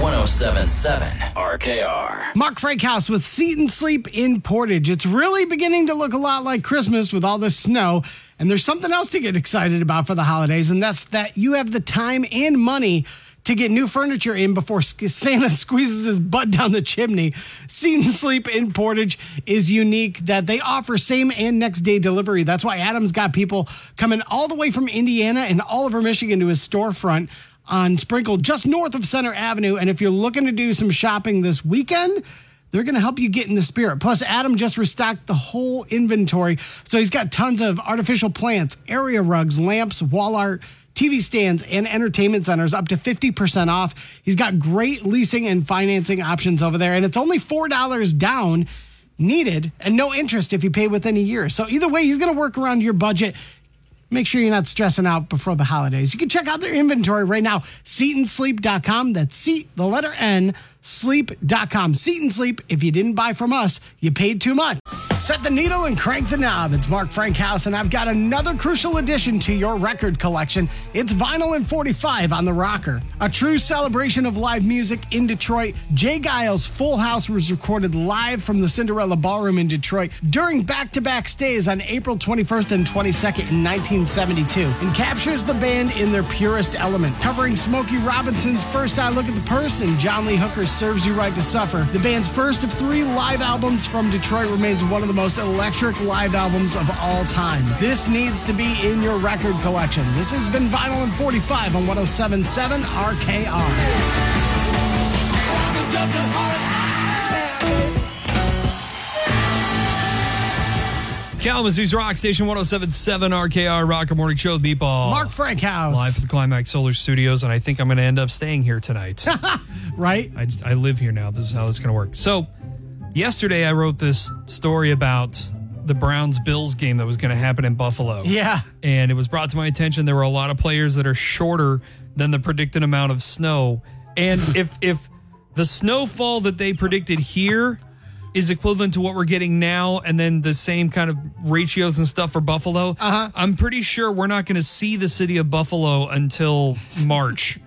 [SPEAKER 5] 1077 RKR.
[SPEAKER 2] Mark Frankhouse with Seat and Sleep in Portage. It's really beginning to look a lot like Christmas with all this snow. And there's something else to get excited about for the holidays, and that's that you have the time and money to get new furniture in before sk- Santa squeezes his butt down the chimney. Seat and Sleep in Portage is unique that they offer same and next day delivery. That's why Adam's got people coming all the way from Indiana and Oliver, Michigan to his storefront on Sprinkle, just north of Center Avenue. And if you're looking to do some shopping this weekend, they're going to help you get in the spirit. Plus, Adam just restocked the whole inventory. So he's got tons of artificial plants, area rugs, lamps, wall art, TV stands, and entertainment centers up to 50% off. He's got great leasing and financing options over there, and it's only $4 down needed and no interest if you pay within a year. So either way, he's going to work around your budget. Make sure you're not stressing out before the holidays. You can check out their inventory right now. Seatandsleep.com. That's seat, the letter N, sleep.com. Seat and sleep. If you didn't buy from us, you paid too much. Set the needle and crank the knob. It's Mark Frankhouse, and I've got another crucial addition to your record collection. It's Vinyl and 45 on the Rocker. A true celebration of live music in Detroit. Jay Giles' Full House was recorded live from the Cinderella Ballroom in Detroit during back to back stays on April 21st and 22nd in 1972 and captures the band in their purest element. Covering Smokey Robinson's First I Look at the Purse and John Lee Hooker's Serves You Right to Suffer, the band's first of three live albums from Detroit remains one of the most electric live albums of all time. This needs to be in your record collection. This has been Vinyl and 45 on 1077 RKR.
[SPEAKER 1] Kalamazoo's Rock Station 1077 RKR Rocker Morning Show with Meatball.
[SPEAKER 2] Mark Frankhouse.
[SPEAKER 1] Live at the Climax Solar Studios, and I think I'm going to end up staying here tonight.
[SPEAKER 2] Right?
[SPEAKER 1] I, just- I live here now. This is how it's going to work. So, yesterday I wrote this story about the Browns Bills game that was going to happen in Buffalo.
[SPEAKER 2] Yeah.
[SPEAKER 1] And it was brought to my attention there were a lot of players that are shorter than the predicted amount of snow. And if if the snowfall that they predicted here is equivalent to what we're getting now and then the same kind of ratios and stuff for Buffalo, uh-huh. I'm pretty sure we're not going to see the city of Buffalo until March.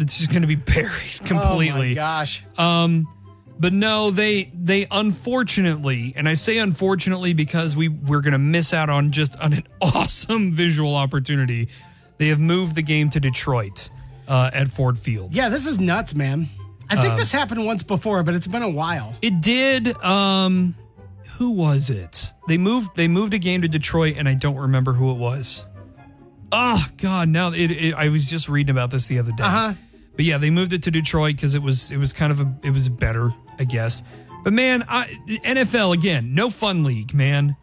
[SPEAKER 1] It's just going to be buried completely.
[SPEAKER 2] Oh my gosh.
[SPEAKER 1] But no, they they unfortunately, and I say unfortunately because we we're gonna miss out on just on an awesome visual opportunity. They have moved the game to Detroit uh, at Ford Field.
[SPEAKER 2] Yeah, this is nuts, man. I
[SPEAKER 1] Uh.
[SPEAKER 2] think this happened once before, but it's been a while.
[SPEAKER 1] It did. Um, who was it? They moved they moved a game to Detroit, and I don't remember who it was. Oh God! Now it, it I was just reading about this the other day.
[SPEAKER 2] Uh-huh.
[SPEAKER 1] But yeah, they moved it to Detroit because it was it was kind of a it was better, I guess. But man, I, NFL again, no fun league, man,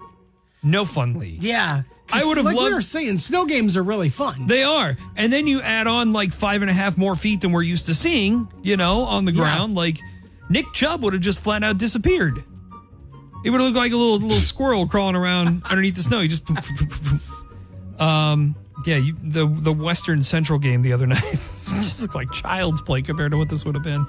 [SPEAKER 1] no fun league.
[SPEAKER 2] Yeah. 'Cause
[SPEAKER 1] I would've
[SPEAKER 2] like
[SPEAKER 1] loved-
[SPEAKER 2] we were saying, snow games are really fun.
[SPEAKER 1] They are. And then you add on like five and a half more feet than we're used to seeing, you know, on the ground. Like Nick Chubb would have just flat out disappeared. He would have looked like a little little squirrel crawling around underneath the snow. He just um yeah, you, the the Western Central game the other night it just looks like child's play compared to what this would have been.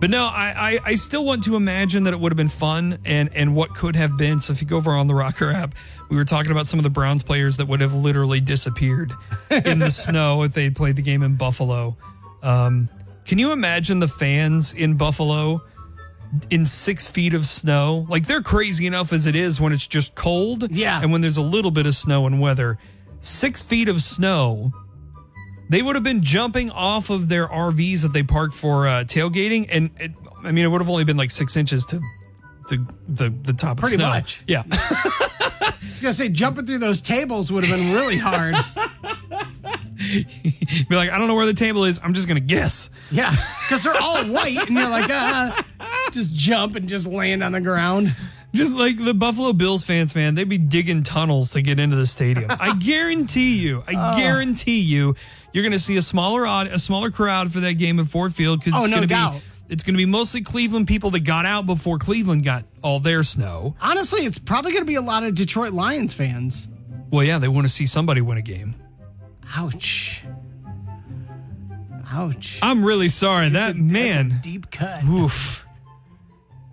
[SPEAKER 1] But no, I, I I still want to imagine that it would have been fun and and what could have been. So if you go over on the Rocker app, we were talking about some of the Browns players that would have literally disappeared in the snow if they played the game in Buffalo. Um, can you imagine the fans in Buffalo? in six feet of snow. Like they're crazy enough as it is when it's just cold.
[SPEAKER 2] Yeah.
[SPEAKER 1] And when there's a little bit of snow and weather. Six feet of snow. They would have been jumping off of their RVs that they parked for uh, tailgating, and it, I mean, it would have only been like six inches to the the, the top
[SPEAKER 2] Pretty
[SPEAKER 1] of snow.
[SPEAKER 2] much.
[SPEAKER 1] Yeah.
[SPEAKER 2] I was going to say, jumping through those tables would have been really hard.
[SPEAKER 1] Be like, I don't know where the table is. I'm just gonna guess.
[SPEAKER 2] yeah. Because they're all white, and you're like, uh, just jump and just land on the ground.
[SPEAKER 1] Just like the Buffalo Bills fans, man, they'd be digging tunnels to get into the stadium. I guarantee you, I
[SPEAKER 2] Oh.
[SPEAKER 1] guarantee you, you're going to see a smaller odd, a smaller crowd for that game at Ford Field because
[SPEAKER 2] Oh,
[SPEAKER 1] it's
[SPEAKER 2] no
[SPEAKER 1] going to
[SPEAKER 2] doubt.
[SPEAKER 1] be it's going to be mostly Cleveland people that got out before Cleveland got all their snow.
[SPEAKER 2] Honestly, it's probably going to be a lot of Detroit Lions fans.
[SPEAKER 1] Well, yeah, they want to see somebody win a game.
[SPEAKER 2] Ouch. Ouch.
[SPEAKER 1] I'm really sorry, that Oh, man.
[SPEAKER 2] Deep cut.
[SPEAKER 1] Oof.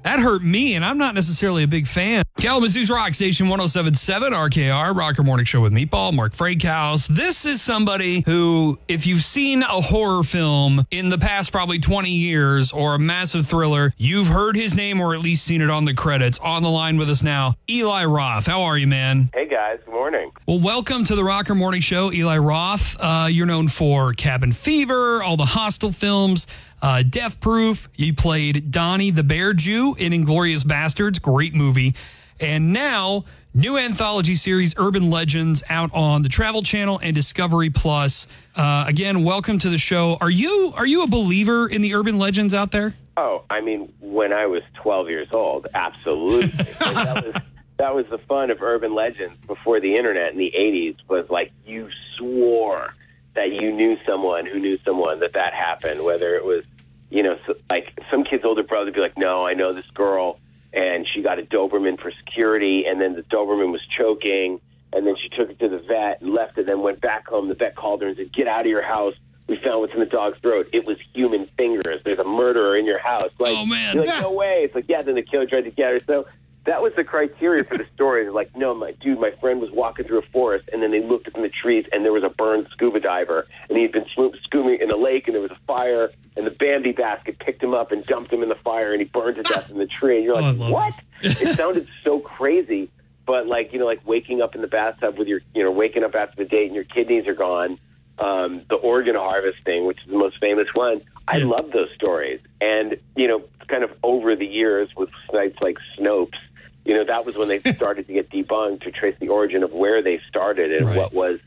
[SPEAKER 1] That hurt me, and I'm not necessarily a big fan. Kalamazoo's Rock Station 1077 RKR, Rocker Morning Show with Meatball, Mark Frankhouse. This is somebody who, if you've seen a horror film in the past probably 20 years or a massive thriller, you've heard his name or at least seen it on the credits. On the line with us now, Eli Roth. How are you, man?
[SPEAKER 6] Hey guys, good morning.
[SPEAKER 1] Well, welcome to the Rocker Morning Show, Eli Roth. Uh, you're known for Cabin Fever, all the Hostel films, uh, Death Proof. You played Donnie the Bear Jew in Inglorious Bastards, great movie. And now, new anthology series Urban Legends out on the Travel Channel and Discovery Plus. Uh, again, welcome to the show. Are you are you a believer in the urban legends out there?
[SPEAKER 6] Oh, I mean, when I was 12 years old, absolutely. that, was, that was the fun of urban legends before the internet in the 80s was like you swore that you knew someone who knew someone that that happened, whether it was, you know, so, like some kid's older brother would be like, no, I know this girl, and she got a Doberman for security, and then the Doberman was choking, and then she took it to the vet and left it, then went back home. The vet called her and said, get out of your house. We found what's in the dog's throat. It was human fingers. There's a murderer in your house. Like,
[SPEAKER 1] Oh, man.
[SPEAKER 6] you're like, no way. It's like, yeah, then the killer tried to get her. So that was the criteria for the story. Like, no, my dude, my friend was walking through a forest, and then they looked up in the trees, and there was a burned scuba diver, and he'd been swo- swimming in a lake, and there was a fire, and the Bambi basket picked him up and dumped him in the fire, and he burned to death in the tree. And you're
[SPEAKER 1] Oh, I
[SPEAKER 6] like,
[SPEAKER 1] love
[SPEAKER 6] what? it sounded so crazy, but like you know, like waking up in the bathtub with your, you know, waking up after the date and your kidneys are gone. Um, the organ harvesting, which is the most famous one. I
[SPEAKER 1] Yeah.
[SPEAKER 6] love those stories, and you know, kind of over the years with sites like Snopes, you know, that was when they started to get debunked to trace the origin of where they started and
[SPEAKER 1] Right.
[SPEAKER 6] what was,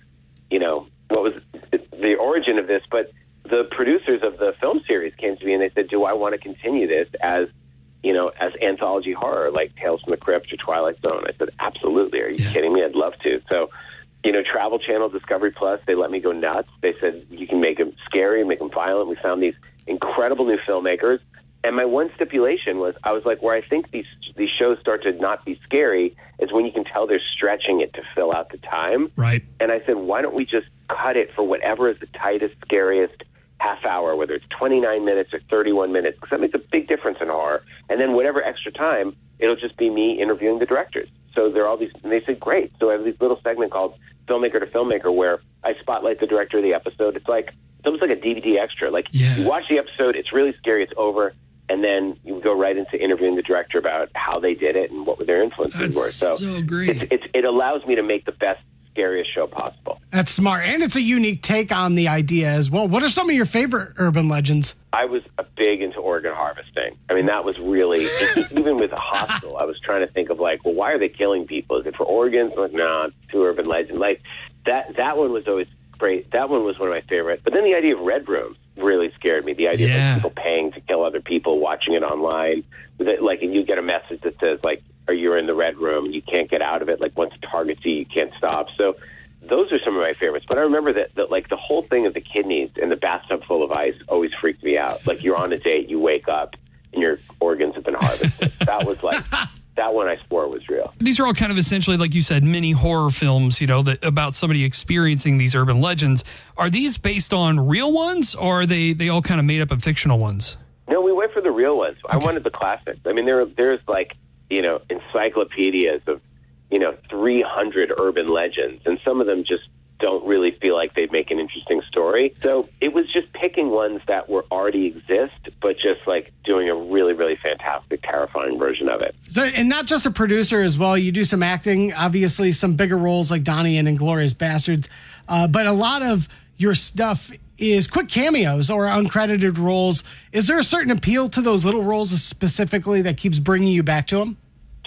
[SPEAKER 6] you know, what was the origin of this. But the producers of the film series came to me and they said, "Do I want to continue this as you know, as anthology horror, like Tales from the Crypt or Twilight Zone. I said, absolutely. Are you
[SPEAKER 1] Yeah.
[SPEAKER 6] kidding me? I'd love to. So, you know, Travel Channel, Discovery Plus, they let me go nuts. They said, you can make them scary, make them violent. We found these incredible new filmmakers. And my one stipulation was, I was like, where I think these these shows start to not be scary is when you can tell they're stretching it to fill out the time.
[SPEAKER 1] Right.
[SPEAKER 6] And I said, why don't we just cut it for whatever is the tightest, scariest half hour, whether it's 29 minutes or 31 minutes, because that makes a big difference in horror. And then whatever extra time, it'll just be me interviewing the directors. So there are all these, and they said, great. So I have this little segment called Filmmaker to Filmmaker where I spotlight the director of the episode. It's like, it's almost like a DVD extra. Like,
[SPEAKER 1] Yeah.
[SPEAKER 6] you watch the episode, it's really scary, it's over. And then you go right into interviewing the director about how they did it and what their influences
[SPEAKER 1] That's
[SPEAKER 6] were. So,
[SPEAKER 1] so great.
[SPEAKER 6] It's, it's, it allows me to make the best, scariest show possible.
[SPEAKER 2] That's smart. And it's a unique take on the idea as well. What are some of your favorite urban legends?
[SPEAKER 6] I was a big into organ harvesting. I mean, that was really even with a hospital. I was trying to think of like, well, why are they killing people? Is it for organs? I'm like, no, it's too urban legend. Like that. That one was always great. That one was one of my favorite. But then the idea of red rooms really scared me. The idea
[SPEAKER 1] Yeah.
[SPEAKER 6] of like, people paying to kill other people, watching it online. That, like, and you get a message that says like, "Or you're in the red room and you can't get out of it." Like, once it targets you, you can't stop. So. Those are some of my favorites, but I remember that, that like the whole thing of the kidneys and the bathtub full of ice always freaked me out. Like you're on a date, you wake up, and your organs have been harvested. that was like that one I swore was real.
[SPEAKER 1] these are all kind of essentially, like you said, mini horror films, you know, that about somebody experiencing these urban legends. Are these based on real ones or are they, they all kind of made up of fictional ones?
[SPEAKER 6] No, we went for the real ones. I wanted the classics. I mean, there there's like you know encyclopedias of you know 300 urban legends, and some of them just don't really feel like they'd make an interesting story. So it was just picking ones that were already exist, but just like doing a really really fantastic, terrifying version of it.
[SPEAKER 2] So, and not just a producer as well. You do some acting, obviously, some bigger roles like Donnie and Inglorious Bastards. Uh, but a lot of your stuff is quick cameos or uncredited roles. Is there a certain appeal to those little roles specifically that keeps bringing you back to them?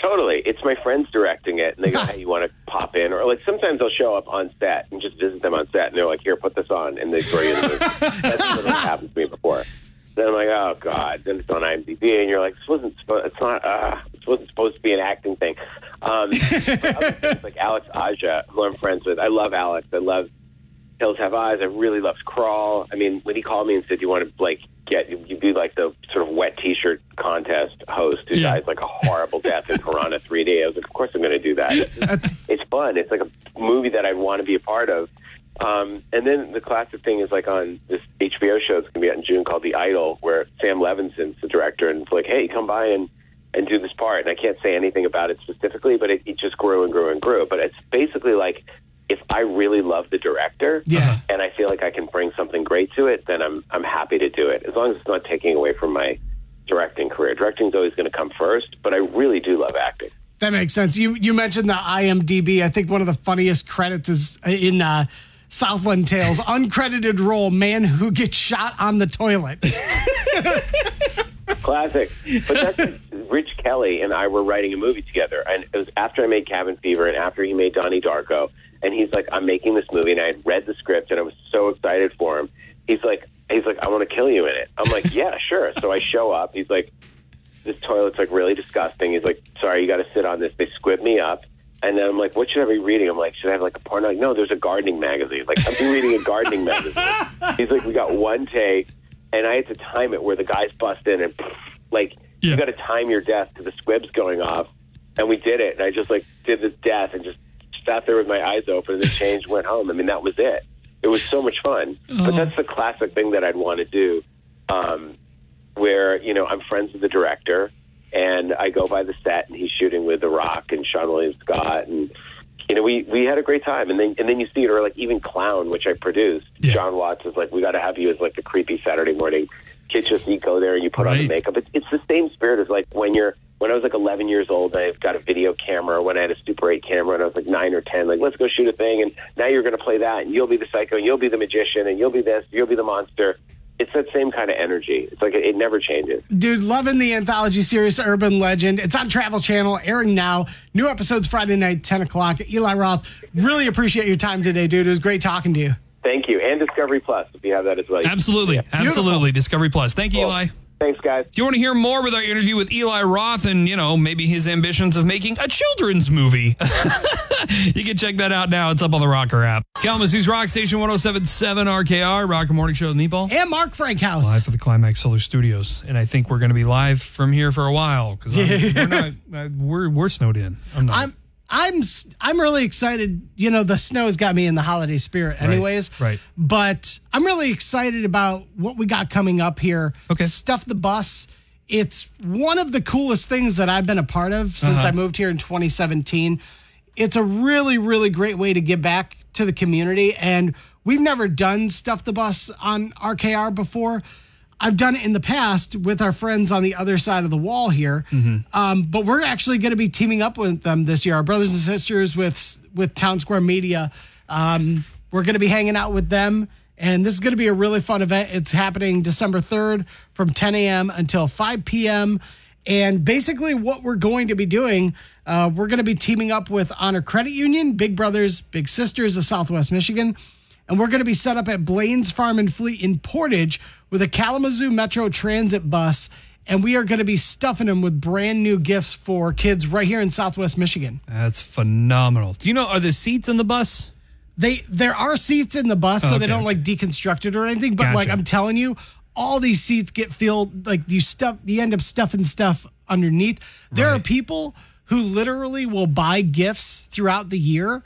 [SPEAKER 6] Totally. It's my friends directing it, and they go, hey, you want to pop in? Or, like, sometimes I'll show up on set and just visit them on set, and they're like, here, put this on, and they throw you in the movie. That's literally happened to me before. Then I'm like, oh, God. Then it's on IMDb, and you're like, this wasn't, supposed. it's not, uh, this wasn't supposed to be an acting thing. Um, but other things, like Alex Aja, who I'm friends with. I love Alex. I love Hills Have Eyes. I really loved Crawl. I mean, when he called me and said, "Do you want to like get you do like the sort of wet T-shirt contest host who
[SPEAKER 1] Yeah.
[SPEAKER 6] dies like a horrible death in Piranha 3D?" I was like, "Of course I'm going to do that. It's, it's fun. It's like a movie that I want to be a part of." Um, and then the classic thing is like on this HBO show that's going to be out in June called The Idol, where Sam Levinson's the director, and it's like, "Hey, come by and." and do this part. And I can't say anything about it specifically, but it, it just grew and grew and grew. But it's basically like if I really love the director
[SPEAKER 1] Yeah.
[SPEAKER 6] and I feel like I can bring something great to it, then I'm I'm happy to do it. As long as it's not taking away from my directing career. Directing's always going to come first, but I really do love acting.
[SPEAKER 2] That makes sense. You you mentioned the IMDb. I think one of the funniest credits is in uh, Southland Tales, uncredited role, man who gets shot on the toilet.
[SPEAKER 6] Classic. But that's like Rich Kelly and I were writing a movie together, and it was after I made Cabin Fever and after he made Donnie Darko. And he's like, "I'm making this movie," and I had read the script, and I was so excited for him. He's like, "He's like, I want to kill you in it." I'm like, "Yeah, sure." So I show up. He's like, this toilet's like really disgusting. He's like, sorry, you got to sit on this. They squib me up. And then I'm like, what should I be reading? I'm like, should I have like a porno? Like, no, there's a gardening magazine. Like, I'm reading a gardening magazine. He's like, we got one take, and I had to time it where the guys bust in and like,
[SPEAKER 1] Yeah.
[SPEAKER 6] you got to time your death to the squibs going off. And we did it, and I just like did this death and just sat there with my eyes open. And the change went home. I mean, that was it. It was so much fun. But that's the classic thing that I'd want to do. Um, where you know I'm friends with the director, and I go by the set, and he's shooting with The Rock and Sean William Scott, and you know we we had a great time. And then and then you see it, or like even Clown, which I produced.
[SPEAKER 1] Yeah.
[SPEAKER 6] John Watts is like, we got to have you as like the creepy Saturday morning kids just you go there and you put on
[SPEAKER 1] Right.
[SPEAKER 6] the makeup. It's, it's the same spirit as like when you're when I was like 11 years old and I got a video camera. When I had a Super 8 camera and I was like nine or 10, like let's go shoot a thing. And now you're going to play that, and you'll be the psycho, and you'll be the magician, and you'll be this, you'll be the monster. It's that same kind of energy. It's like it, it never changes.
[SPEAKER 2] Dude, loving the anthology series Urban Legend. It's on Travel Channel, airing now. New episodes Friday night, 10 o'clock. Eli Roth, really appreciate your time today, dude. It was great talking to you.
[SPEAKER 6] Thank you, and Discovery Plus if you have that as well.
[SPEAKER 1] Absolutely. Absolutely. Discovery Plus. Thank you, Eli.
[SPEAKER 6] Thanks, guys.
[SPEAKER 1] If you want to hear more with our interview with Eli Roth and, you know, maybe his ambitions of making a children's movie, you can check that out now. It's up on the Rocker app. Kalamazoo's Rock Station 1077 RKR, Rocker Morning Show with Meatball.
[SPEAKER 2] And Mark Frankhouse.
[SPEAKER 1] Live for the Climax Solar Studios. And I think we're going to be live from here for a while because we're, not- I- we're, we're snowed in. I'm not.
[SPEAKER 2] I'm I'm s- I'm really excited. You know, the snow's got me in the holiday spirit, anyways.
[SPEAKER 1] right.
[SPEAKER 2] But I'm really excited about what we got coming up here.
[SPEAKER 1] Okay.
[SPEAKER 2] Stuff the bus. It's one of the coolest things that I've been a part of since I moved here in 2017. It's a really, really great way to give back to the community. And we've never done Stuff the Bus on RKR before. I've done it in the past with our friends on the other side of the wall here, um, but we're actually going to be teaming up with them this year. Our brothers and sisters with with Town Square Media, um, we're going to be hanging out with them, and this is going to be a really fun event. It's happening December third from 10 a.m. until 5 p.m. And basically, what we're going to be doing, uh, we're going to be teaming up with Honor Credit Union, Big Brothers, Big Sisters of Southwest Michigan. And we're going to be set up at Blaine's Farm and Fleet in Portage with a Kalamazoo Metro Transit bus. And we are going to be stuffing them with brand new gifts for kids right here in Southwest Michigan.
[SPEAKER 1] That's phenomenal. Do you know, are the seats in the bus?
[SPEAKER 2] They there are seats in the bus, so
[SPEAKER 1] Oh, okay,
[SPEAKER 2] they don't like deconstruct it or anything. But like
[SPEAKER 1] Gotcha.
[SPEAKER 2] I'm telling you, all these seats get filled. Like you stuff, you end up stuffing stuff underneath. There are people who literally will buy gifts throughout the year,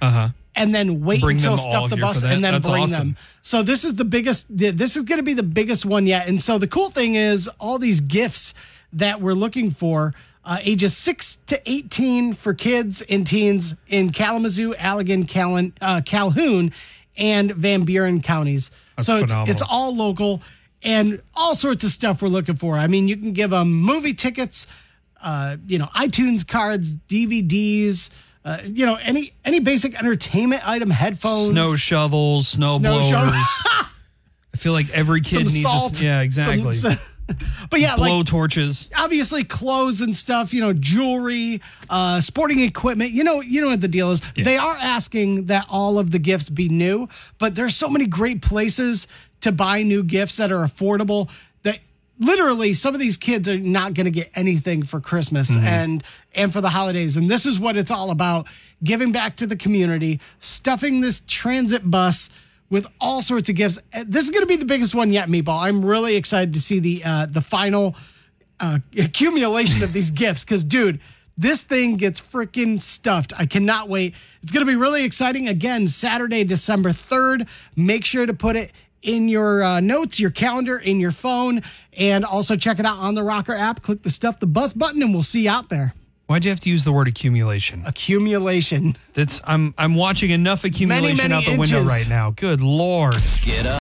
[SPEAKER 2] and then wait
[SPEAKER 1] Uh-huh. Bring
[SPEAKER 2] until
[SPEAKER 1] them all
[SPEAKER 2] stuff the
[SPEAKER 1] here
[SPEAKER 2] bus
[SPEAKER 1] for that?
[SPEAKER 2] and then
[SPEAKER 1] That's
[SPEAKER 2] bring
[SPEAKER 1] awesome.
[SPEAKER 2] them. So this is the biggest. th- This is going to be the biggest one yet. And so the cool thing is all these gifts that we're looking for. Uh, ages 6 to 18 for kids and teens in Kalamazoo, Allegan, Callan, uh, Calhoun, and Van Buren counties. so it's,
[SPEAKER 1] phenomenal.
[SPEAKER 2] it's all local and all sorts of stuff we're looking for. I mean, you can give them movie tickets, uh, you know, iTunes cards, DVDs, uh, you know, any any basic entertainment item, headphones.
[SPEAKER 1] Snow shovels, snow,
[SPEAKER 2] Oh, Snow
[SPEAKER 1] blowers.
[SPEAKER 2] shovel-
[SPEAKER 1] I feel like every kid
[SPEAKER 2] some
[SPEAKER 1] needs. a-
[SPEAKER 2] salt.
[SPEAKER 1] yeah,
[SPEAKER 2] some-
[SPEAKER 1] exactly.
[SPEAKER 2] but yeah,
[SPEAKER 1] Blow
[SPEAKER 2] like
[SPEAKER 1] torches.
[SPEAKER 2] obviously clothes and stuff, you know, jewelry, uh, sporting equipment. You know, you know what the deal is. They are asking that all of the gifts be new, but there's so many great places to buy new gifts that are affordable that literally some of these kids are not going to get anything for Christmas and and for the holidays. And this is what it's all about, giving back to the community, stuffing this transit bus with all sorts of gifts. Uh, This is going to be the biggest one yet, Meatball. I'm really excited to see the uh, the final uh, accumulation of these gifts because, dude, this thing gets freaking stuffed. I cannot wait. It's going to be really exciting. Again, Saturday, December 3rd. Make sure to put it in your uh, notes, your calendar, in your phone, and also check it out on the Rocker app. Click the Stuff the Bus button, and we'll see you out there.
[SPEAKER 1] Why'd you have to use the word accumulation?
[SPEAKER 2] Accumulation.
[SPEAKER 1] That's I'm I'm watching enough accumulation
[SPEAKER 2] many
[SPEAKER 1] out the window
[SPEAKER 2] inches.
[SPEAKER 1] right now. Good lord.
[SPEAKER 5] Get up.